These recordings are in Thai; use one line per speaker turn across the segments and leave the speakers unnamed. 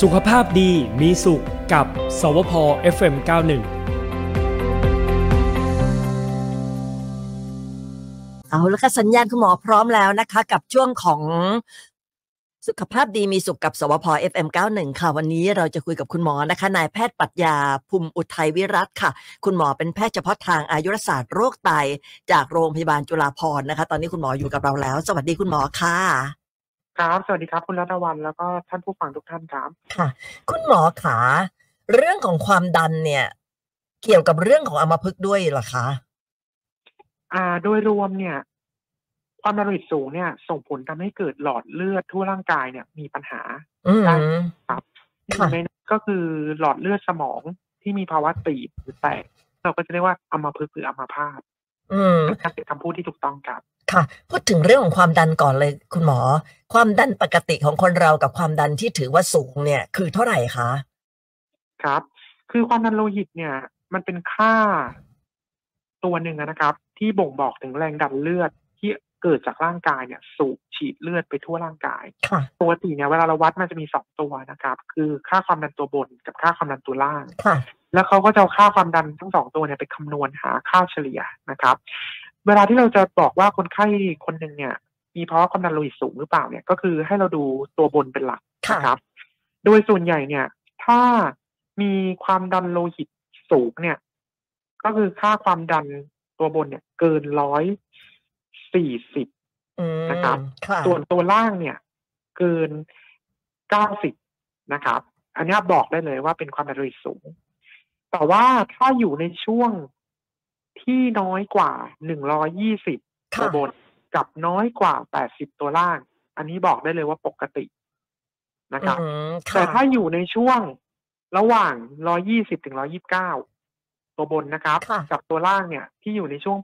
สุขภาพดีมีสุขกับ สวพ FM91
เอาแล้วค่ะสัญญาณคุณหมอพร้อมแล้วนะคะ กับช่วงของสุขภาพดีมีสุขกับสวพ FM91 ค่ะ วันนี้เราจะคุยกับคุณหมอนะคะนายแพทย์ปรัชญาภูมิอุทัยวิรัตน์ค่ะ คุณหมอเป็นแพทย์เฉพาะทางอายุรศาสตร์โรคไตจากโรงพยาบาลจุฬาภรณ์นะคะ ตอนนี้คุณหมออยู่กับเราแล้ว สวัสดีคุณหมอค่ะ
ครับ สวัสดีครับคุณรัตวันแล้วก็ท่านผู้ฟังทุกท่านครับ
ค่ะ คุณหมอขาเรื่องของความดันเนี่ย เกี่ยวกับเรื่องของอัมพฤกษ์ด้วยเหรอคะ
อ่า โดยรวมเนี่ย ความดันโลหิตสูงเนี่ย ส่งผลทำให้เกิดหลอดเลือดทั่วร่างกายเนี่ย มีปัญหา
อืม
ได้ หนึ่ง
ค่ะ
ในนั้นก็คือหลอดเลือดสมองที่มีภาวะตีบหรือแตกเราก็จะเรียกว่าอัมพฤกษ์หรืออัมพาต
อืม
นะครับเป็นคำพูดที่ถูกต้องครับ
ค่ะพูดถึงเรื่องของความดันก่อนเลย คุณหมอ ความดันปกติของคนเรากับความดันที่ถือว่าสูงเนี่ย คือเท่าไหร่คะ
ครับ คือความดันโลหิตเนี่ย มันเป็นค่าตัวหนึ่งอะนะครับ ที่บ่งบอกถึงแรงดันเลือดที่เกิดจากร่างกายเนี่ย สูบฉีดเลือดไปทั่วร่างกาย
ค่ะ
ปกติเนี่ยเวลาเราวัดมันจะมีสองตัวนะครับ คือค่าความดันตัวบนกับค่าความดันตัวล่าง
ค่ะ
แล้วเขาก็จะเอาค่าความดันทั้งสองตัวเนี่ยไปคำนวณหาค่าเฉลี่ยนะครับ เวลาที่เราจะบอกว่าคนไข้คนหนึ่งเนี่ย มีภาวะความดันโลหิตสูงหรือเปล่าเนี่ยก็คือให้เราดูตัวบนเป็นหลัก
ค่ะ
นะครับ โดยส่วนใหญ่เนี่ย ถ้ามีความดันโลหิตสูงเนี่ย ก็คือค่าความดันตัวบนเนี่ย เกินร้อยสี่สิบ
อืม
นะครับ
ค่ะ
ส่วนตัวล่างเนี่ย เกิน 90 นะครับ อันเนี้ยบอกได้เลยว่าเป็นความดันโลหิตสูง แต่ว่าถ้าอยู่ในช่วงที่น้อยกว่า 120 ตั
ค่ะ
วบนกับน้อยกว่า 80 ตัวล่าง อันนี้บอกได้เลยว่าปกตินะครับ
อืม
แต่
ค่ะ
ถ้าอยู่ในช่วงระหว่าง 120 ถึง 129 ตัวบนนะครับ
ค่ะ
กับตัวล่างเนี่ย ที่อยู่ในช่วง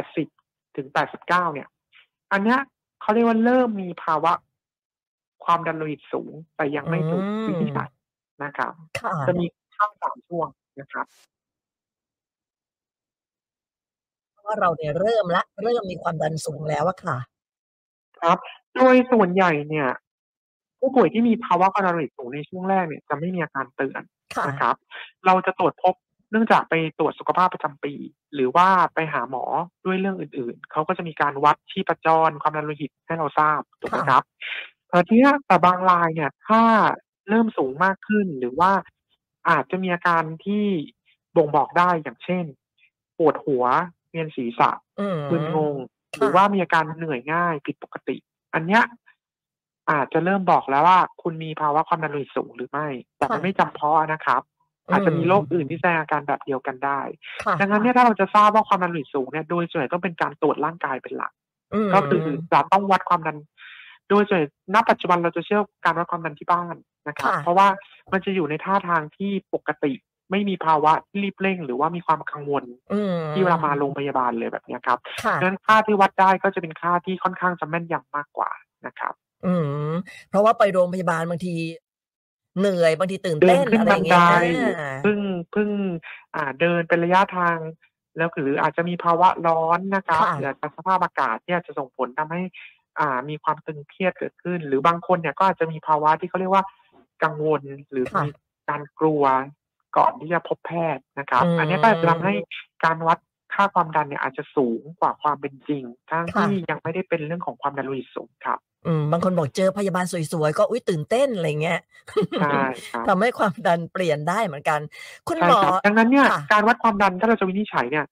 80 ถึง 89 เนี่ย อันเนี้ยเขาเรียกว่าเริ่มมีภาวะความดันโลหิตสูง แต่ยังไม่ถูกวินิจฉัยนะครับ
ค่ะ
จะมีข้ามสามช่วงนะครับ
ว่าเราเนี่ยเริ่มละ เริ่มมีความดันสูงแล้วอะค่ะ
โดยส่วนใหญ่เนี่ย ผู้ป่วยที่มีภาวะความดันโลหิตสูงในช่วงแรกเนี่ยจะไม่มีอาการเตือน
ค่ะ
นะครับ เราจะตรวจพบเนื่องจากไปตรวจสุขภาพประจำปี หรือว่าไปหาหมอด้วยเรื่องอื่นๆ เขาก็จะมีการวัดชีพจรความดันโลหิตให้เราทราบถูกไหม
ค่ะ
ครับเพราะที่แต่บางรายเนี่ย ถ้าเริ่มสูงมากขึ้น หรือว่าอาจจะมีอาการที่บ่งบอกได้อย่างเช่น ปวดหัวเวียนศีรษะ
อืม
มึนงง
ค่ะ
หรือว่ามีอาการเหนื่อยง่ายผิดปกติ อันเนี้ยอาจจะเริ่มบอกแล้วว่า คุณมีภาวะความดันโลหิตสูงหรือไม่ แต่มันไม่จำเพาะนะครับ อาจจะมีโรคอื่นที่แสดงอาการแบบเดียวกันได้
ค่ะ
ดังนั้นเนี่ยถ้าเราจะทราบว่าความดันโลหิตสูงเนี่ยโดยส่วนใหญ่ต้องเป็นการตรวจร่างกายเป็นหลัก
ม
ก็คือจะต้องวัดความดัน โดยส่วนใหญ่ณปัจจุบันเราจะเชื่อการวัดความดันที่บ้านนะครับ เพราะว่ามันจะอยู่ในท่าทางที่ปกติ ไม่มีภาวะที่รีบเร่ง หรือว่ามีความกังวล
อืม
ที่เวลามาโรงพยาบาลเลยแบบเนี้ยครับ
ค่ะ
ดังนั้นค่าที่วัดได้ก็จะเป็นค่าที่ค่อนข้างจะแม่นยำมากกว่านะครับ
อืม เพราะว่าไปโรงพยาบาลบางที เหนื่อยบางทีตื่น
เดิ
เต้
น
น
ขึ้น
อะไรอ
บัน
ย่างเงี้
ได
ย
เพิ่งเพิ่งอ่าเดินเป็นระยะทาง แล้วหรืออาจจะมีภาวะร้อนนะครับหรืออาจจะสภาพอากาศเนี่ยจะส่งผลทำให้ อ่า มีความตึงเครียดเกิดขึ้น หรือบางคนเนี่ยก็อาจจะมีภาวะที่เขาเรียกว่ากังวลหรือ
ค่ะ
มีการกลัวก่อนที่จะพบแพทย์นะครับ
อืม
อันนี้ก็อาจจะทำให้การวัดค่าความดันเนี่ยอาจจะสูงกว่าความเป็นจริง ทั้ง
ค่ะ
ที่ยังไม่ได้เป็นเรื่องของความดันโลหิตสูงครับ
อืมบางคนบอกเจอพยาบาลสวยๆ ก็อุ้ยตื่นเต้นอะไรเงี้ย
ใช่ครับ
ทำให้ความดันเปลี่ยนได้เหมือนกัน คุณห
ใช่
มอ
ครับดังนั้นเนี่ย
ค่ะ
การวัดความดันถ้าเราจะวินิจฉัยเนี่ย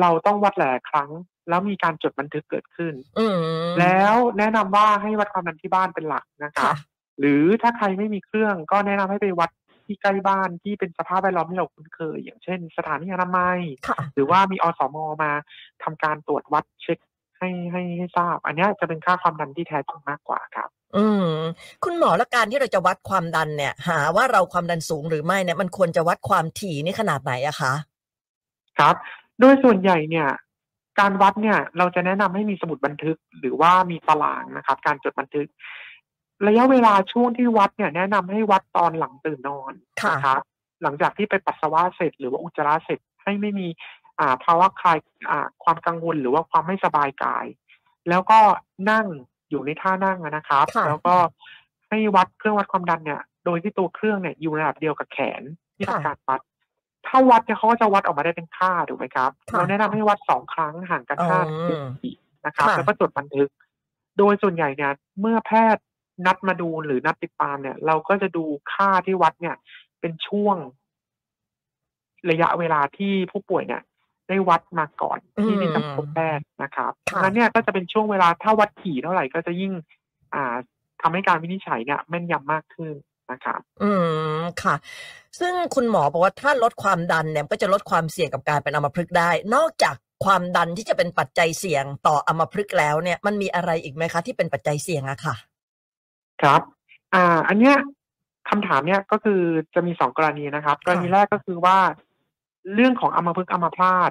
เราต้องวัดหลายครั้ง แล้วมีการจดบันทึกเกิดขึ้น
อืม
แล้วแนะนำว่าให้วัดความดันที่บ้านเป็นหลักนะครั
ค่ะ
บ หรือถ้าใครไม่มีเครื่องก็แนะนำให้ไปวัดที่ใกล้บ้านที่เป็นสภาพแวดล้อมที่เราคุ้นเคย อย่างเช่น สถานีอนามัย
ค่ะ
หรือว่ามีอสมมาทำการตรวจวัดเช็คให้ให้ให้ทราบ อันเนี้ยจะเป็นค่าความดันที่แท้จริงมากกว่าครับ
อืม คุณหมอและการที่เราจะวัดความดันเนี่ย หาว่าเราความดันสูงหรือไม่เนี่ย มันควรจะวัดความถี่นี่ขนาดไหนอะคะ
ครับ โดยส่วนใหญ่เนี่ย การวัดเนี่ยเราจะแนะนำให้มีสมุดบันทึกหรือว่ามีตารางนะครับ การจดบันทึก ระยะเวลาช่วงที่วัดเนี่ย แนะนำให้วัดตอนหลังตื่นนอน
ค่ะ
นะครับ หลังจากที่ไปปัสสาวะเสร็จ หรือว่าอุจจาระเสร็จให้ไม่มีอ่าภาวะคลายอ่าความกังวลหรือว่าความไม่สบายกาย แล้วก็นั่งอยู่ในท่านั่งอะนะครับ
ค่ะ
แล้วก็ให้วัดเครื่องวัดความดันเนี่ย โดยที่ตัวเครื่องเนี่ยอยู่ระดับเดียวกับแขนนี่เป็น
ค่ะ
การวัด ถ้าวัดเนี่ยเขาก็จะวัดออกมาได้เป็นค่าถูกไหมครับ
ค่ะ
เราแนะนำให้วัดสองครั้งห่างกันห้า
อืม
สิบปีนะครับ
ค่ะ
แล้วก็จดบันทึก โดยส่วนใหญ่เนี่ยเมื่อแพทย์นัดมาดูหรือนัดติดตามเนี่ย เราก็จะดูค่าที่วัดเนี่ย เป็นช่วง ระยะเวลาที่ผู้ป่วยเนี่ย ได้วัดมาก่อน
อืม
ที่ได้จะพบแพทย์นะครับ
ค่ะ
ดังนั้นเนี่ยก็จะเป็นช่วงเวลาถ้าวัดถี่เท่าไหร่ก็จะยิ่ง อ่าทำให้การวินิจฉัยเนี่ยแม่นยำมากขึ้นนะครับ
อืมค่ะ ซึ่งคุณหมอบอกว่าถ้าลดความดันเนี่ยมันก็จะลดความเสี่ยงกับการเป็นอัมพฤกษ์ได้ นอกจากความดันที่จะเป็นปัจจัยเสี่ยงต่ออัมพฤกษ์แล้วเนี่ยมันมีอะไรอีกไหมคะที่เป็นปัจจัยเสี่ยงอะค่ะ
ครับ อ่า อันเนี้ยคำถามเนี่ยก็คือจะมีสองกรณีนะครับ กรณีแรกก็คือว่า เรื่องของอัมพฤกษ์อัมพาต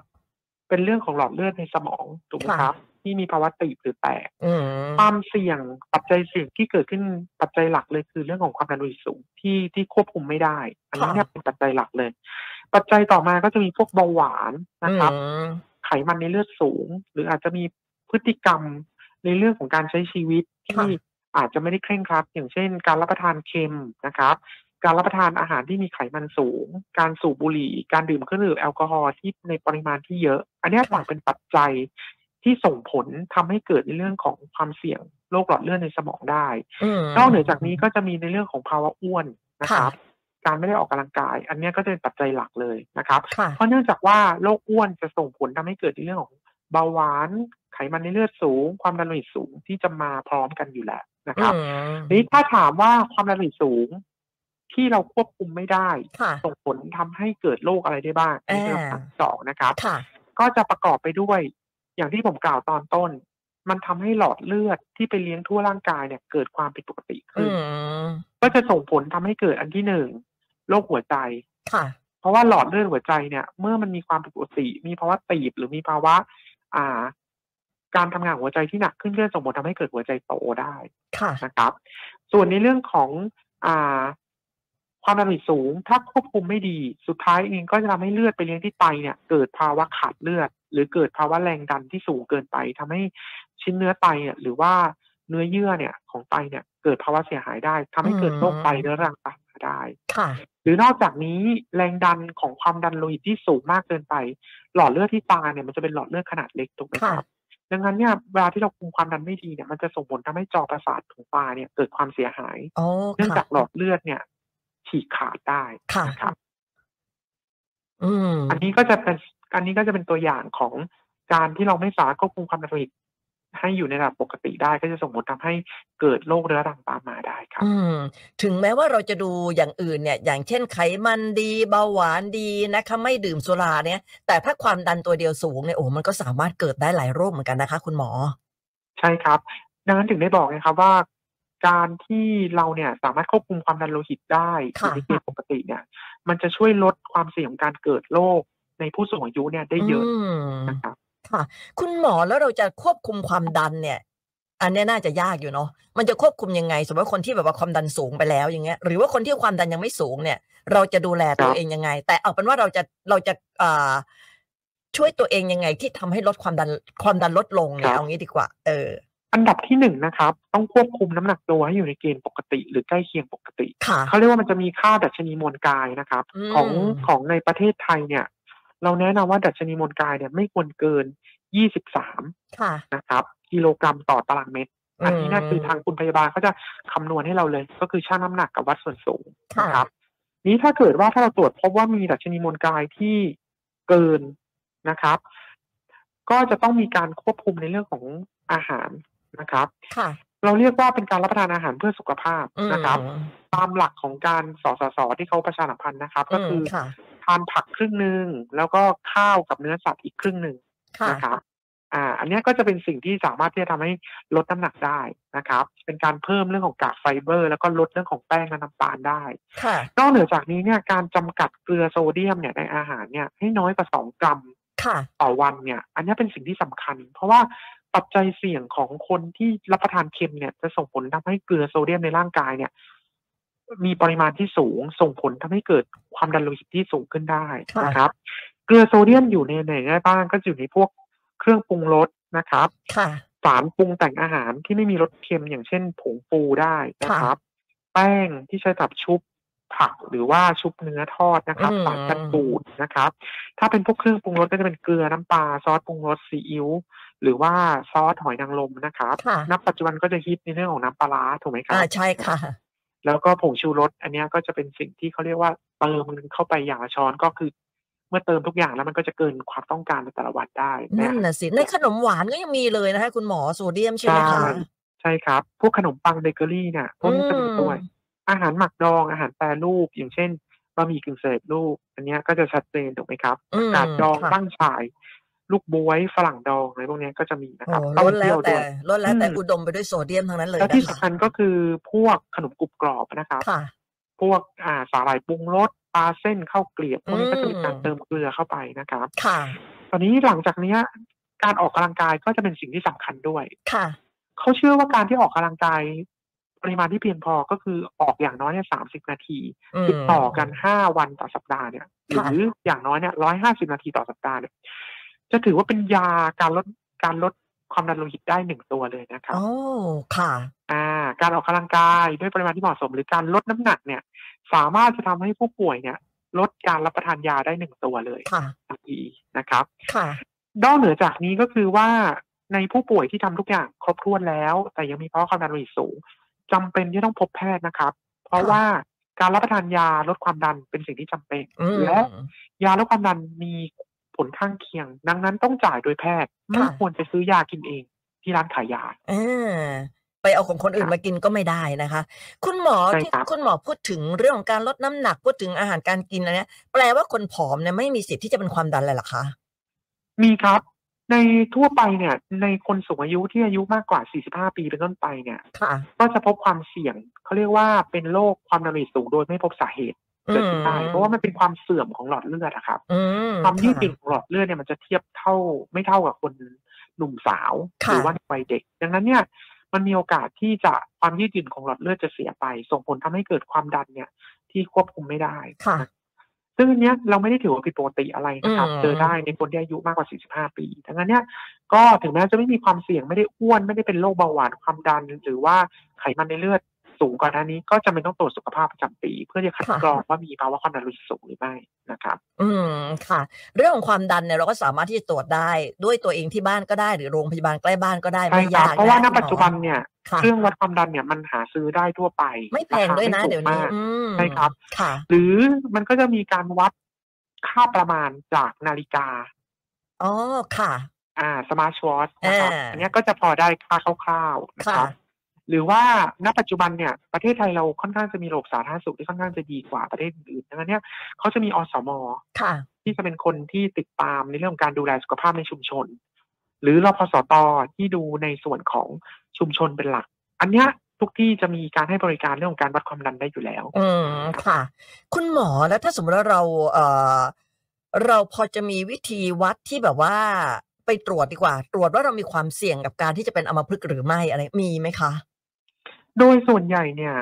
เป็นเรื่องของหลอดเลือดในสมองถูกไหม
ค่ะ
ครับ ที่มีภาวะตีบหรือแตก
อืม
ความเสี่ยงปัจจัยเสี่ยงที่เกิดขึ้นปัจจัยหลักเลยคือเรื่องของความดันโลหิตสูงที่ที่ควบคุมไม่ได้ อันนี้เนี่ยเป็นปัจจัยหลักเลย ปัจจัยต่อมาก็จะมีพวกเบาหวานนะครับ
อืม
ไขมันในเลือดสูง หรืออาจจะมีพฤติกรรมในเรื่องของการใช้ชีวิตที่
ค่ะ
อาจจะไม่ได้เคร่งครัดอย่างเช่น การรับประทานเค็มนะครับ การรับประทานอาหารที่มีไขมันสูง การสูบบุหรี่ การดื่มเครื่องดื่มแอลกอฮอล์ที่ในปริมาณที่เยอะ อันเนี้ยต่างเป็นปัจจัยที่ส่งผลทำให้เกิดในเรื่องของความเสี่ยงโรคหลอดเลือดในสมองได้
ม
นอกเหนือจากนี้ก็จะมีในเรื่องของภาวะอ้วนนะครับ
ค่ะ
การไม่ได้ออกกำลังกาย อันเนี้ยก็จะเป็นปัจจัยหลักเลยนะครับ
ค่ะ
เพราะเนื่องจากว่าโรคอ้วนจะส่งผลทำให้เกิดในเรื่องของเบาหวาน ไขมันในเลือดสูง ความดันโลหิตสูงที่จะมาพร้อมกันอยู่แล้วนะครับ
อืม
ทีนี้ถ้าถามว่าความดันโลหิตสูง ที่เราควบคุมไม่ได้
ค่ะ
ส่งผลทำให้เกิดโรคอะไรได้บ้างนี่คือคำถามที่สองนะครับ
ค่ะ
ก็จะประกอบไปด้วย อย่างที่ผมกล่าวตอนต้น มันทำให้หลอดเลือดที่ไปเลี้ยงทั่วร่างกายเนี่ย เกิดความผิดปกติ
อื
ขึ้น
ม
ก็จะส่งผลทำให้เกิดอันที่หนึ่งโรคหัวใจ
ค่ะ
เพราะว่าหลอดเลือดหัวใจเนี่ย เมื่อมันมีความผิดปกติ มีภาวะตีบหรือมีภาวะ อ่า การทำงานหัวใจที่หนักขึ้นเรื่อยๆส่งผลทำให้เกิดหัวใจโตได้
ค่ะ
นะครับ ส่วนในเรื่องของอ่า ความดันโลหิตสูง ถ้าควบคุมไม่ดี สุดท้ายเองก็จะทำให้เลือดไปเลี้ยงที่ไตเนี่ย เกิดภาวะขาดเลือด หรือเกิดภาวะแรงดันที่สูงเกินไปทำให้ชิ้นเนื้อไตเนี่ย หรือว่าเนื้อเยื่อเนี่ย ของไตเนี่ย เกิดภาวะเสียหายได้ทำให้เกิดโรคไตเรื้อรังตามมาได้
ค่ะ
หรือนอกจากนี้แรงดันของความดันโลหิตที่สูงมากเกินไป หลอดเลือดที่ตาเนี่ยมันจะเป็นหลอดเลือดขนาดเล็กถูกไหมครับ
ค่ะ
ดังนั้นเนี่ยเวลาที่เราคุมความดันไม่ดีเนี่ยมันจะส่งผลทำให้จอประสาทของตาเนี่ยเกิดความเสียหาย
อ๋อ
เนื่องจา
ค่ะ
กหลอดเลือดเนี่ย ฉีกขาดได้
ค่ะ
นะครับ
อืม
อันนี้ก็จะเป็นอันนี้ก็จะเป็นตัวอย่างของการที่เราไม่สามารถควบคุมความดันโลหิตให้อยู่ในระดับปกติได้ ก็จะส่งผลทำให้เกิดโรคเรื้อรังตามมาได้ครับ
อืม ถึงแม้ว่าเราจะดูอย่างอื่นเนี่ย อย่างเช่นไขมันดีเบาหวานดีนะคะไม่ดื่มสุราเนี่ย แต่ถ้าความดันตัวเดียวสูงเนี่ยโอ้มันก็สามารถเกิดได้หลายโรคเหมือนกันนะคะ คุณหมอ
ใช่ครับ ดังนั้นถึงได้บอกนะครับว่า การที่เราเนี่ยสามารถควบคุมความดันโลหิตได้อ
ค่ะ
ยู่ในเกณฑ์ปกติเนี่ย มันจะช่วยลดความเสี่ยงของการเกิดโรคในผู้สูงอายุเนี่ยได้เยอะ
ม
นะครับ
ค่ะ คุณหมอแล้วเราจะควบคุมความดันเนี่ย อันเนี้ยน่าจะยากอยู่เนาะมันจะควบคุมยังไง สมมติว่าคนที่แบบว่าความดันสูงไปแล้วอย่างเงี้ยหรือว่าคนที่ความดันยังไม่สูงเนี่ย เราจะดูแลตัวเองยังไง แต่เอาเป็นว่าเราจะเราจะอ่าช่วยตัวเองยังไง ที่ทำให้ลดความดันความดันลดลงเนี่
ครั
ย
บ
เอางี้ดีกว่า เออ
อันดับที่หนึ่งนะครับ ต้องควบคุมน้ำหนักตัวให้อยู่ในเกณฑ์ปกติ หรือใกล้เคียงปกติ
ค่ะ
เขาเรียกว่ามันจะมีค่าดัชนีมวลกายนะครับ
อืม
ของของในประเทศไทยเนี่ย เราแนะนำว่าดัชนีมวลกายเนี่ยไม่ควรเกิน 23
ค่ะ
นะครับ กิโลกรัมต่อตารางเมตร อันนี้เนะคือทางคุณพยาบาลเขาจะคำนวณให้เราเลย ก็คือชั่งน้ำหนักกับวัดส่วนสูง
ค่ะ
นะครับ นี้ถ้าเกิดว่าถ้าเราตรวจพบว่ามีดัชนีมวลกายที่เกินนะครับ ก็จะต้องมีการควบคุมในเรื่องของอาหารนะครับ
ค่ะ
เราเรียกว่าเป็นการรับประทานอาหารเพื่อสุขภาพ
อืม
นะครับ ตามหลักของการสสสที่เขาประชาสัมพันธ์นะครับ ก็คือ
มค่ะ
ทานผักครึ่งหนึ่งแล้วก็ข้าวกับเนื้อสัตว์อีกครึ่งหนึ่ง
ค่ะ
นะครับ อ่า อันเนี้ยก็จะเป็นสิ่งที่สามารถที่จะทำให้ลดน้ำหนักได้นะครับ เป็นการเพิ่มเรื่องของกากไฟเบอร์ แล้วก็ลดเรื่องของแป้งและน้ำตาลได้
ค่ะ
นอกเหนือจากนี้เนี่ย การจำกัดเกลือโซเดียมเนี่ยในอาหารเนี่ยให้น้อยกว่าสองกรัม
ค่ะ
ต่อวันเนี่ย อันเนี้ยเป็นสิ่งที่สำคัญ เพราะว่าปัจจัยเสี่ยงของคนที่รับประทานเค็มเนี่ย จะส่งผลทำให้เกลือโซเดียมในร่างกายเนี่ย มีปริมาณที่สูง ส่งผลทำให้เกิดความดันโลหิตที่สูงขึ้นได้นะครับ เกลือโซเดียมอยู่ในไหนได้บ้างก็อยู่ในพวกเครื่องปรุงรสนะครับ
ค่ะ
สารปรุงแต่งอาหารที่ไม่มีรสเค็มอย่างเช่นผงฟูได้นะครับ แป้งที่ใช้สำหรับชุบผักหรือว่าชุบเนื้อทอดนะครับ
อืม
สารกันบูดนะครับ ถ้าเป็นพวกเครื่องปรุงรสก็จะเป็นเกลือน้ำปลาซอสปรุงรสซีอิ๊วหรือว่าซอสหอยนางรมนะครับ
ค่ะ
ณปัจจุบันก็จะฮิตในเรื่องของน้ำปลาร้าถูกไหมครั
อ่า
บ
ใช่ค่ะ
แล้วก็ผงชูรสอันเนี้ยก็จะเป็นสิ่งที่เขาเรียกว่าเติมมันเข้าไปอย่างละช้อนก็คือ เมื่อเติมทุกอย่างแล้วมันก็จะเกินความต้องการในแต่ละวันได้
นั่น
นะ
น่ะสิ ในขนมหวานก็ยังมีเลยนะคะคุณหมอโซเดียมใช่ไหมคะ
ใช่ ใช่ครับ พวกขนมปังเบเกอรี่เนี่ยพวกนี้ก็จะมีด้วย
อืม
อาหารหมักดอง อาหารแปรรูป อย่างเช่นบะหมี่กึ่งสำเร็จรูป อันเนี้ยก็จะชัดเจนถูกไหมครับ
อืม
กาดดอง
ค่ะ
ตั้งฉาย ลูกบวยฝรั่งดองอะไรพวกเนี้ยก็จะมีนะค
โอ้
รับ
โหล้น
เต้า
แล้
เจี้
ว
ยว
แต่
ด้วย
ล้นแล้วแต่
อืม
อุดมไปด้วยโซเดียมทั้งนั้นเลย
แล้ว
นะ
ที่
คะ
สำคัญก็คือพวกขนมกรุบกรอบนะครับ
ค่ะ
พวกอ่าสาหร่ายปรุงรสปลาเส้นข้าวเกลียบพวกนี้ก็จะมีการ
อืม
เติมเกลือเข้าไปนะครับ
ค่ะ
ตอนนี้หลังจากเนี้ยการออกกำลังกายก็จะเป็นสิ่งที่สำคัญด้วย
ค่ะ
เขาเชื่อว่าการที่ออกกำลังกายปริมาณที่เพียงพอก็คือออกอย่างน้อยเนี่ยสามสิบนาที
ม
ติดต่อกันห้าวันต่อสัปดาห์เนี่ย ห
ค่ะ
รืออย่างน้อยเนี่ยร้อยห้าสิบนาทีต่อสัปดาห์เนี่ยจะถือว่าเป็นยาการลดการลดความดันโลหิตได้หนึ่งตัวเลยนะครับ
โอ้ค่ะ
อ่าการออกกำลังกายด้วยปริมาณที่เหมาะสม หรือการลดน้ำหนักเนี่ย สามารถจะทำให้ผู้ป่วยเนี่ย ลดการรับประทานยาได้หนึ่งตัวเลย
ค่ะ
ทันทีนะครับ
ค่ะ
นอกเหนือจากนี้ก็คือว่าในผู้ป่วยที่ทำทุกอย่างครบถ้วนแล้ว แต่ยังมีภาวะความดันโลหิตสูงจำเป็นที่ต้องพบแพทย์นะครับ เพราะ
ค่ะ
ว่าการรับประทานยาลดความดันเป็นสิ่งที่จำเป็น
อืม
และยาลดความดันมีผลข้างเคียง ดังนั้นต้องจ่ายโดยแพทย์ไม่
ค่ะ
ควรไปซื้อยากินเองที่ร้านขายยา
เออไปเอาของคนอื่นมากินก็ไม่ได้นะคะ คุณหมอ
ใช่
ที่
ครับ
คุณหมอพูดถึงเรื่องของการลดน้ำหนักพูดถึงอาหารการกินอะไรเนี้ยแปลว่าคนผอมเนี่ยไม่มีสิทธิ์ที่จะเป็นความดันเลยเหรอคะ
มีครับ ในทั่วไปเนี่ย ในคนสูงอายุที่อายุมากกว่า 45 ปีเป็นต้นไปเนี่ย
ค่ะ
ก็จะพบความเสี่ยงเขาเรียกว่าเป็นโรคความดันโลหิตสูงโดยไม่พบสาเหตุ
อื
เกิด
ม
ขึ้นได้เพราะว่ามันเป็นความเสื่อมของหลอดเลือดอะครับ
อืม
ความยืดหยุ่
ค่ะ
นของหลอดเลือดเนี่ยมันจะเทียบเท่าไม่เท่ากับคนหนุ่มสาวห
ค่ะ
รืว่าในวัยเด็ก ดังนั้นเนี่ย มันมีโอกาสที่จะความยืดหยุ่นของหลอดเลือดจะเสียไป ส่งผลทำให้เกิดความดันเนี่ย ที่ควบคุมไม่ได้
ค่ะ
ซึ่งอันเนี้ยเราไม่ได้ถือว่าผิดปกติอะไรนะครับ
อืม
เจอได้ในคนที่อายุมากกว่า 45 ปี ดังนั้นเนี่ยก็ถึงแม้จะไม่มีความเสี่ยงไม่ได้อ้วนไม่ได้เป็นโรคเบาหวานความดัน หรือว่าไขมันในเลือดสูงก่อนหน้านี้ ก็จำเป็นต้องตรวจสุขภาพประจำปี เพื่อจะคัดกรองว่ามีภาวะความดันโลหิตสูงหรือไม่นะครับ
อืมค่ะ เรื่องของความดันเนี่ยเราก็สามารถที่จะตรวจได้ด้วยตัวเองที่บ้านก็ได้หรือโรงพยาบาลใกล้บ้านก็ได้
ใช่
ไม่
ครั
ยา
บ
ก
เพราะว่าณ
คคุณหมอ
ปัจจุบันเนี่ย
ค่ะ
เครื่องวัดความดันเนี่ยมันหาซื้อได้ทั่วไป
ไม่แพง
ราคา
ด้วยนะ
ไม่สู
เดี๋ยว
มา
นี้
ก
อืม
ใช่ครับ
ค่ะ
หรือมันก็จะมีการวัดค่าประมาณจากนาฬิกา
อ๋อค่ะ
อ่าสมาร์ทวอทนะครับ
อ่า
อันเนี้ยก็จะพอได้ค่าคร่าวๆนะ
ค่ะ
ครับ หรือว่าณปัจจุบันเนี่ย ประเทศไทยเราค่อนข้างจะมีระบบสาธารณสุขที่ค่อนข้างจะดีกว่าประเทศอื่นๆดังนั้นเนี่ยเขาจะมีอสม
ค่ะ
ที่จะเป็นคนที่ติดตามในเรื่องของการดูแลสุขภาพในชุมชน หรือรพสตที่ดูในส่วนของชุมชนเป็นหลัก อันเนี้ยทุกที่จะมีการให้บริการเรื่องของการวัดความดันได้อยู่แล้ว
อืมค่ะ คุณหมอแล้วถ้าสมมติว่าเราเอ่อเราพอจะมีวิธีวัดที่แบบว่าไปตรวจดีกว่า ตรวจว่าเรามีความเสี่ยงกับการที่จะเป็นอัมพฤกษ์หรือไม่อะไรมีไหมคะ
โดยส่วนใหญ่เนี่ย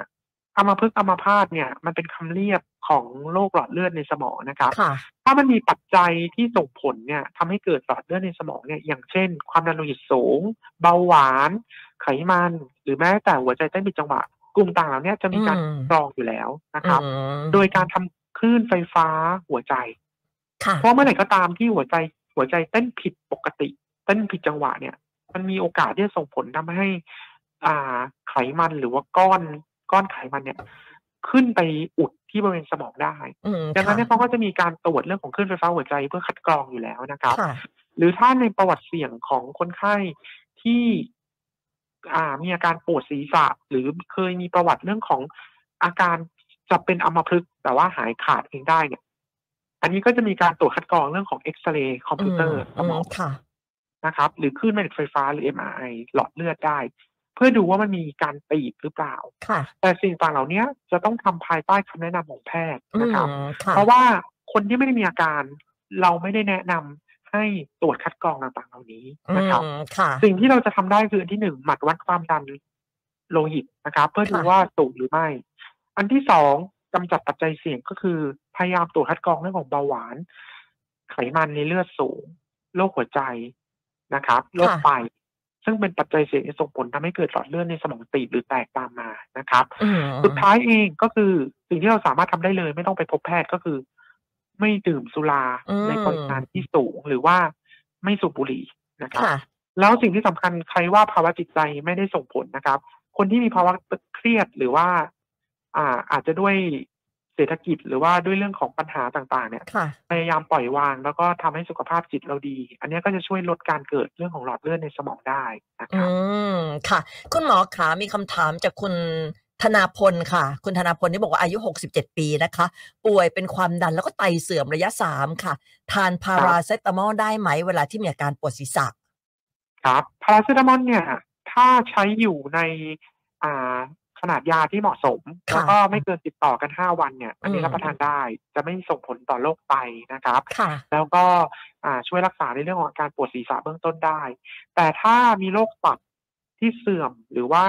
อัมาพึกษ์อัมาพาตเนี่ย มันเป็นคำเรียกของโรคหลอดเลือดในสมองนะครับ
ค่ะ
ถ้ามันมีปัจจัยที่ส่งผลเนี่ยทำให้เกิดหลอดเลือดในสมองเนี่ยอย่างเช่น ความดันโลหิตสูง เบาหวาน ไขมัน หรือแม้แต่หัวใจเต้นผิดจังหวะ กลุ่มต่างเหล่าเนี้จะมีการ
อืม
กรองอยู่แล้วนะครับ
อืม
โดยการทำคลื่นไฟฟ้าหัวใจ
ค่ะ
เพราะเมื่อไหร่ก็ตามที่หัวใจหัวใจเต้นผิดปกติ เต้นผิดจังหวะเนี่ย มันมีโอกาสที่จะส่งผลทำให้ อ่าไขมันหรือว่าก้อนก้อนไขมันเนี่ย ขึ้นไปอุดที่บริเวณสมองได้
อืม
ดังนั้นเนี่ย
ค่ะ
เขาก็จะมีการตรวจเรื่องของคลื่นไฟฟ้าหัวใจเพื่อคัดกรองอยู่แล้วนะครับ
ค่ะ
หรือถ้าในประวัติเสี่ยงของคนไข้ที่ อ่ามีอาการปวดศีรษะ หรือเคยมีประวัติเรื่องของอาการจะเป็นอัมพฤกษ์แต่ว่าหายขาดเองได้เนี่ย อันนี้ก็จะมีการตรวจคัดกรองเรื่องของเอ็กซเรย์คอมพิวเตอร์ส
อื
ม
ม
อง
ค่ะ
นะครับ หรือคลื่นแม่เหล็กไฟฟ้าหรือ MRI หลอดเลือดได้ เพื่อดูว่ามันมีการตีบหรือเปล่า
ค่ะ
แต่สิ่งต่างเหล่านี้จะต้องทำภายใต้คำแนะนำของแพทย์
อืม
นะครับ
ค่ะ
เพราะว่าคนที่ไม่ได้มีอาการ เราไม่ได้แนะนำให้ตรวจคัดกรองต่างๆ เหล่านี้นะครับ
อืมค่ะ
สิ่งที่เราจะทำได้คืออันที่หนึ่งหมัดวัดความดันโลหิตนะครับ เพื่อดู
ค่ะ
ว่าสูงหรือไม่ อันที่สองกำจัดปัจจัยเสี่ยงก็คือ พยายามตรวจคัดกรองเรื่องของเบาหวาน ไขมันในเลือดสูงโรคหัวใจนะครับโรคไต ซึ่งเป็นปัจจัยเสี่ยงที่ส่งผลทำให้เกิดหลอดเลือดในสมองตีบหรือแตกตามมานะครับ
อืม
สุดท้ายเองก็คือสิ่งที่เราสามารถทำได้เลย ไม่ต้องไปพบแพทย์ก็คือ ไม่ดื่มสุราในปริมาณที่สูงหรือว่าไม่สูบบุหรี่นะครับ
ค่ะ
แล้วสิ่งที่สำคัญใครว่าภาวะจิตใจไม่ได้ส่งผลนะครับ คนที่มีภาวะเครียดหรือว่า อ่าอาจจะด้วยเศรษฐกิจหรือว่าด้วยเรื่องของปัญหาต่างๆ เนี่ย
ค่ะ
พยายามปล่อยวาง แล้วก็ทำให้สุขภาพจิตเราดี อันเนี้ยก็จะช่วยลดการเกิดเรื่องของหลอดเลือดในสมองได้นะค
อื
รับ
มค่ะ คุณหมอขามีคำถามจากคุณธนาพลค่ะ คุณธนาพลนี่บอกว่าอายุ 67 ปีนะคะ ป่วยเป็นความดันแล้วก็ไตเสื่อมระยะ 3 ค่ะ ทานพาราเซตามอลได้ไหมเวลาที่มีอาการปวดศีรษะ
ครับพาราเซตามอลเนี่ย ถ้าใช้อยู่ในอ่าขนาดยาที่เหมาะสม
ค่ะ
แล้วก็ไม่เกินติดต่อกันห้าวันเนี่ย อันนี้
อืม
รับประทานได้ จะไม่ส่งผลต่อโรคไตนะครับ
ค่ะ
แล้วก็อ่าช่วยรักษาในเรื่องของอาการปวดศีรษะเบื้องต้นได้ แต่ถ้ามีโรคตับที่เสื่อมหรือว่า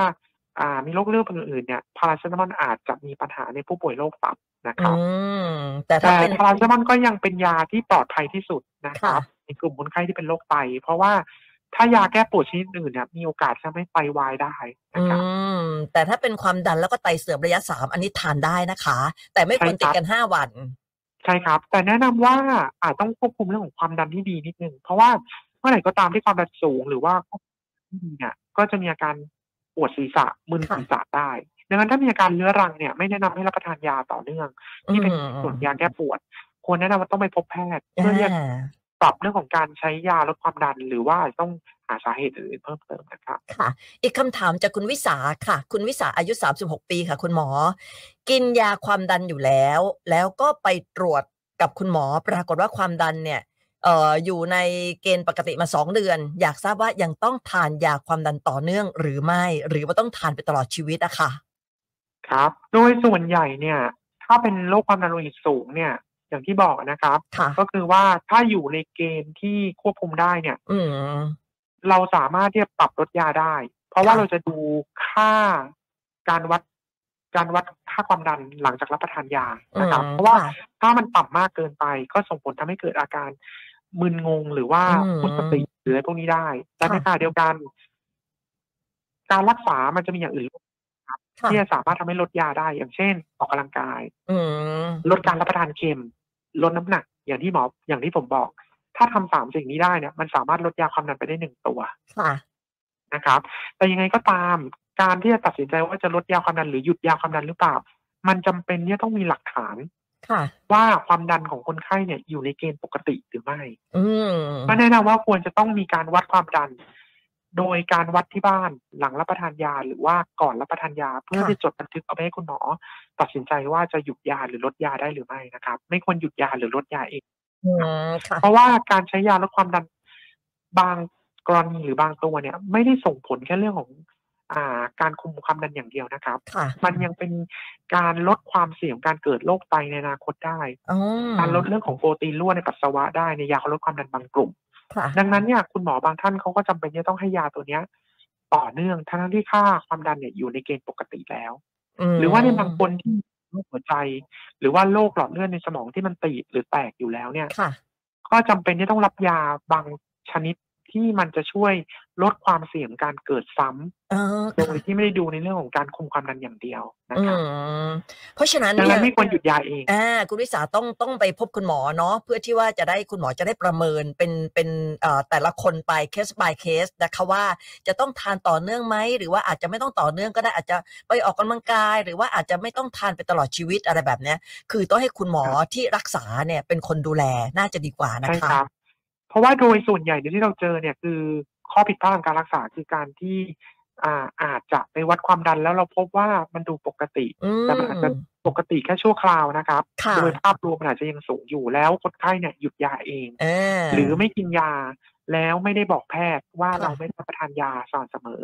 อ่ามีโรคเลือดอื่นๆเนี่ยพาราเซตามอลอาจจะมีปัญหาในผู้ป่วยโรคตับนะค
อื
รับ
ม แต่ถ้า
แต่
เป็น
พาราเซตามอลก็ยังเป็นยาที่ปลอดภัยที่สุดนะค
ค่ะ
รับ ในกลุ่มคนไข้ที่เป็นโรคไต เพราะว่าถ้ายาแก้ปวดชนิดอื่นเนี่ยมีโอกาสทำให้ไตวายได้นะ
อื
ครับ
ม แต่ถ้าเป็นความดันแล้วก็ไตเสื่อมระยะ 3 อันนี้ทานได้นะคะ แต่ไม่ควรติดกัน 5 วัน
ใช่ครับ แต่แนะนำว่าอาจต้องควบคุมเรื่องของความดันที่ดีนิดนึงเพราะว่าเมื่อไหร่ก็ตามที่ความดันสูงหรือว่าควบคุมไม่ดีเนี่ยก็จะมีอาการปวดศีรษะมึน
ค่ะ
ศีรษะได้ดังนั้นถ้ามีอาการเรื้อรังเนี่ยไม่แนะนำให้รับประทานยาต่อเนื่อง ที่เป็นส่วนยาแก้ปวด ควรแนะนำว่าต้องไปพบแพทย์เพื่อที่จะ
อ่า
ปรับเรื่องของการใช้ยาลดความดัน หรือว่าต้องหาสาเหตุอื่นๆเพิ่มเติมนะครับ
ค่ะ อีกคำถามจากคุณวิสาค่ะ คุณวิสาอายุ 36 ปีค่ะ คุณหมอ กินยาความดันอยู่แล้ว แล้วก็ไปตรวจกับคุณหมอ ปรากฏว่าความดันเนี่ยเอ่ออยู่ในเกณฑ์ปกติมา 2 เดือน อยากทราบว่ายังต้องทานยาความดันต่อเนื่องหรือไม่ หรือว่าต้องทานไปตลอดชีวิตอะค่ะ
ครับ โดยส่วนใหญ่เนี่ย ถ้าเป็นโรคความดันโลหิตสูงเนี่ย อย่างที่บอกนะครับ
ค่ะ
ก็คือว่าถ้าอยู่ในเกณฑ์ที่ควบคุมได้เนี่ย
อืม
เราสามารถที่จะปรับลดยาได้ เพราะว่า
ค่ะ
เราจะดูค่าการวัดการวัดค่าความดันหลังจากรับประทานยานะครับ
อืม
เพราะว่า
ค่
ถ้ามันต่ำมากเกินไป ก็ส่งผลทำให้เกิดอาการมึนงงหรือว่า
อืม
หมดสติหรืออะไรพวกนี้ได้แต่ใน
ค่ะ
ขณะเดียวกัน การรักษามันจะมีอย่างอื่น
ค่ะ
ที่จะสามารถทำให้ลดยาได้ อย่างเช่น ออกกำลังกาย
อืม
ลดการรับประทานเค็ม ลดน้ำหนัก อย่างที่หมออย่างที่ผมบอก ถ้าทำสามสิ่งนี้ได้เนี่ยมันสามารถลดยาความดันไปได้หนึ่งตัว
ค่ะ
นะครับ แต่ยังไงก็ตามการที่จะตัดสินใจว่าจะลดยาความดันหรือหยุดยาความดันหรือเปล่า มันจำเป็นที่จะต้องมีหลักฐาน
ค่ะ
ว่าความดันของคนไข้เนี่ยอยู่ในเกณฑ์ปกติหรือไม่
อืม
ก็แนะนำว่าควรจะต้องมีการวัดความดัน โดยการวัดที่บ้านหลังรับประทานยาหรือว่าก่อนรับประทานยา เพื่อ
ค่ะ
ที่จะจดบันทึกเอาไปให้คุณหมอ ตัดสินใจว่าจะหยุดยาหรือลดยาได้หรือไม่นะครับ ไม่ควรหยุดยาหรือลดยาเอง
อืมค่ะ
เพราะว่าการใช้ยาลดความดันบางกรณีหรือบางตัวเนี่ย ไม่ได้ส่งผลแค่เรื่องของ อ่า การคุมความดันอย่างเดียวนะครับ
ค่ะ
มันยังเป็นการลดความเสี่ยงการเกิดโรคไตในอนาคตได้
อืม
การลดเรื่องของโปรตีนรั่วในปัสสาวะได้ในยาลดความดันบางกลุ่ม
ค่ะ
ดังนั้นเนี่ยคุณหมอบางท่านเขาก็จำเป็นจะต้องให้ยาตัวเนี้ย ต่อเนื่องทั้งๆที่ค่าความดันเนี่ยอยู่ในเกณฑ์ปกติแล้ว หรือว่าในบางคนที่มีโรคหัวใจ หรือว่าโรคหลอดเลือดในสมองที่มันตีบหรือแตกอยู่แล้วเนี่ย
ค่ะ
ก็จำเป็นที่ต้องรับยาบางชนิดที่มันจะช่วยลดความเสี่ยงการเกิดซ้ำ
เออ
โด
ค่ะ
ยที่ไม่ได้ดูในเรื่องของการคุมความดันอย่างเดียวนะ
อื
คะ
มเพราะฉะนั้น
ดัง
เนี่
นั้
ย
นไม่ควรหยุดยาเอง
อ่าคุณวิสาต้องต้องไปพบคุณหมอเนาะเพื่อที่ว่าจะได้คุณหมอจะได้ประเมินเป็นเป็นเอ่อแต่ละคนไปเคส by เคสนะคะว่าจะต้องทานต่อเนื่องไหมหรือว่าอาจจะไม่ต้องต่อเนื่องก็ได้อาจจะไปออกกำลังกาย หรือว่าอาจจะไม่ต้องทานไปตลอดชีวิตอะไรแบบเนี้ย คือต้องให้คุณหมอที่รักษาเนี่ยเป็นคนดูแลน่าจะดีกว่านะ
ใช่
คะ
ครับ เพราะว่าโดยส่วนใหญ่ที่เราเจอเนี่ยคือข้อผิดพลาดของการรักษาคือการที่อ่าอาจจะไปวัดความดันแล้วเราพบว่ามันดูปกติ
อื
แต่มันอาจจะ
ม
ปกติแค่ชั่วคราวนะครับ
ค่ะ
โดยภาพรวมมันอาจจะยังสูงอยู่แล้วคนไข้เนี่ยหยุดยาเอง
เออ
หรือไม่กินยาแล้วไม่ได้บอกแพทย์ว่า
ค่ะ
เราไม่ได้รับประทานยาสม่ำเสมอ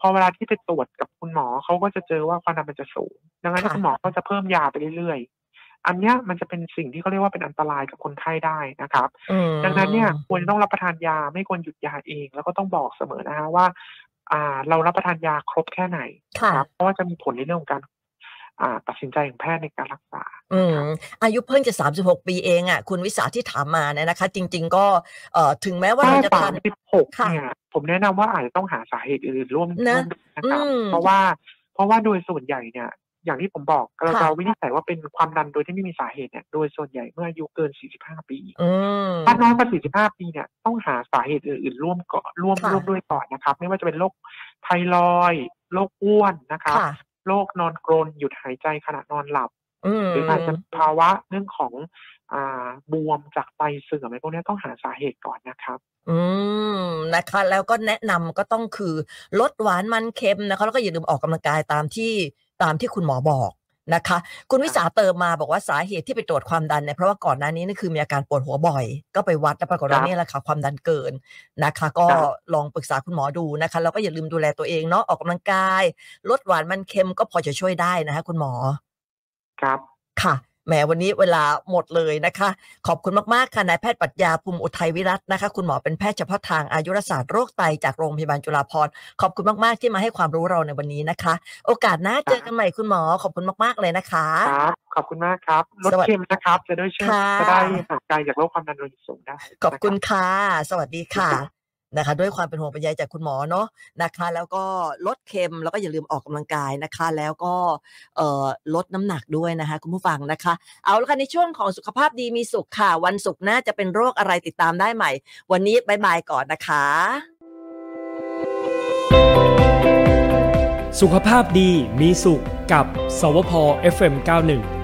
พอเวลาที่ไปตรวจกับคุณหมอเขาก็จะเจอว่าความดันมันจะสูง ดังนั้นคุณหมอก็จะเพิ่มยาไปเรื่อยๆ อันเนี้ยมันจะเป็นสิ่งที่เขาเรียกว่าเป็นอันตรายกับคนไข้ได้นะครับ
อืม
ดังนั้นเนี่ยควรจะต้องรับประทานยาไม่ควรหยุดยาเอง แล้วก็ต้องบอกเสมอนะฮะว่า อ่า เรารับประทานยาครบแค่ไหน
ค่ะ
ครับเพราะว่าจะมีผลในเรื่องของการ อ่าตัดสินใจของแพทย์ในการรักษา
อืมอายุเพิ่งจะ 36 ปีเองอ่ะ คุณวิสาที่ถามมาเนี่ยนะคะ จริง ๆ ก็เอ่อถึงแม้ว่า
ถ้า
เราจะ
สา
ทาม น
สิบหก
ค่ะ
เนี่ย ผมแนะนำว่าอาจจะต้องหาสาเหตุอื่นร่วม
นะ
ร่วมด้วยนะครับ
อืม
เพราะว่าเพราะว่าโดยส่วนใหญ่เนี่ย อย่างที่ผมบอกเรา
ค่ะ
จะวินิจฉัยว่าเป็นความดันโดยที่ไม่มีสาเหตุเนี่ยโดยส่วนใหญ่เมื่ออายุเกิน 45 ปี
อืม
ถ้าน้อยกว่า 45 ปีเนี่ยต้องหาสาเหตุอื่นๆร่วมก่อนร่วม
ค่ะ
ร่วมด้วยก่อนนะครับ ไม่ว่าจะเป็นโรคไทรอยด์โรคอ้วนนะครับ
ค่ะ
โรคนอนกรนหยุดหายใจขณะนอนหลับ
อืม
หรืออาจจะภาวะเรื่องของอ่าบวมจากไตเสื่อมอะไรพวกเนี้ยต้องหาสาเหตุก่อนนะครับ
อืมนะคะ แล้วก็แนะนำก็ต้องคือลดหวานมันเค็มนะคะ แล้วก็อย่าลืมออกกำลังกายตามที่ตามที่คุณหมอบอกนะคะ คุณวิสาเติมมาบอกว่าสาเหตุที่ไปตรวจความดันเนี่ยเพราะว่าก่อนหน้านี้นี่คือมีอาการปวดหัวบ่อย ก็ไปวัดแล้วปรากฏว่า
ครับ
เนี่ยแหละค่ะความดันเกินนะคะ ก็
ครับ
ลองปรึกษาคุณหมอดูนะคะแล้วก็อย่าลืมดูแลตัวเองเนาะออกกำลังกาย ลดหวานมันเค็มก็พอจะช่วยได้นะคะคุณหมอ
ครับ
ค่ะแหมวันนี้เวลาหมดเลยนะคะ ขอบคุณมาก ๆ ค่ะนายแพทย์ปรัชญาภูมิอุทัยวิรัตน์นะคะ คุณหมอเป็นแพทย์เฉพาะทางอายุรศาสตร์โรคไตจากโรงพยาบาลจุฬาภรณ์ขอบคุณมาก ๆ ที่มาให้ความรู้เราในวันนี้นะคะ โอกาสหน้าเจอกันใหม่คุณหมอขอบคุณมาก ๆ เลยนะคะ
ครับ ขอบคุณมากครับลด
สวัสดี
เค็มนะครับ จะได้ช่วย
ค่ะ
จะได้ห่างไกลจากโรคความดันโลหิตสูงได้
ขอบคุณ
นะรั
ค่ะ สวัสดีค่ะ
ขอบคุณครับ
นะคะ ด้วยความเป็นห่วงเป็นใยจากคุณหมอเนาะนะคะ แล้วก็ลดเค็มแล้วก็อย่าลืมออกกำลังกายนะคะ แล้วก็เอ่อลดน้ำหนักด้วยนะคะ คุณผู้ฟังนะคะ เอาละค่ะในช่วงของสุขภาพดีมีสุขค่ะ วันศุกร์หน้าจะเป็นโรคอะไรติดตามได้ใหม่ วันนี้บายบายก่อนนะคะ
สุขภาพดีมีสุขกับสวพ FM91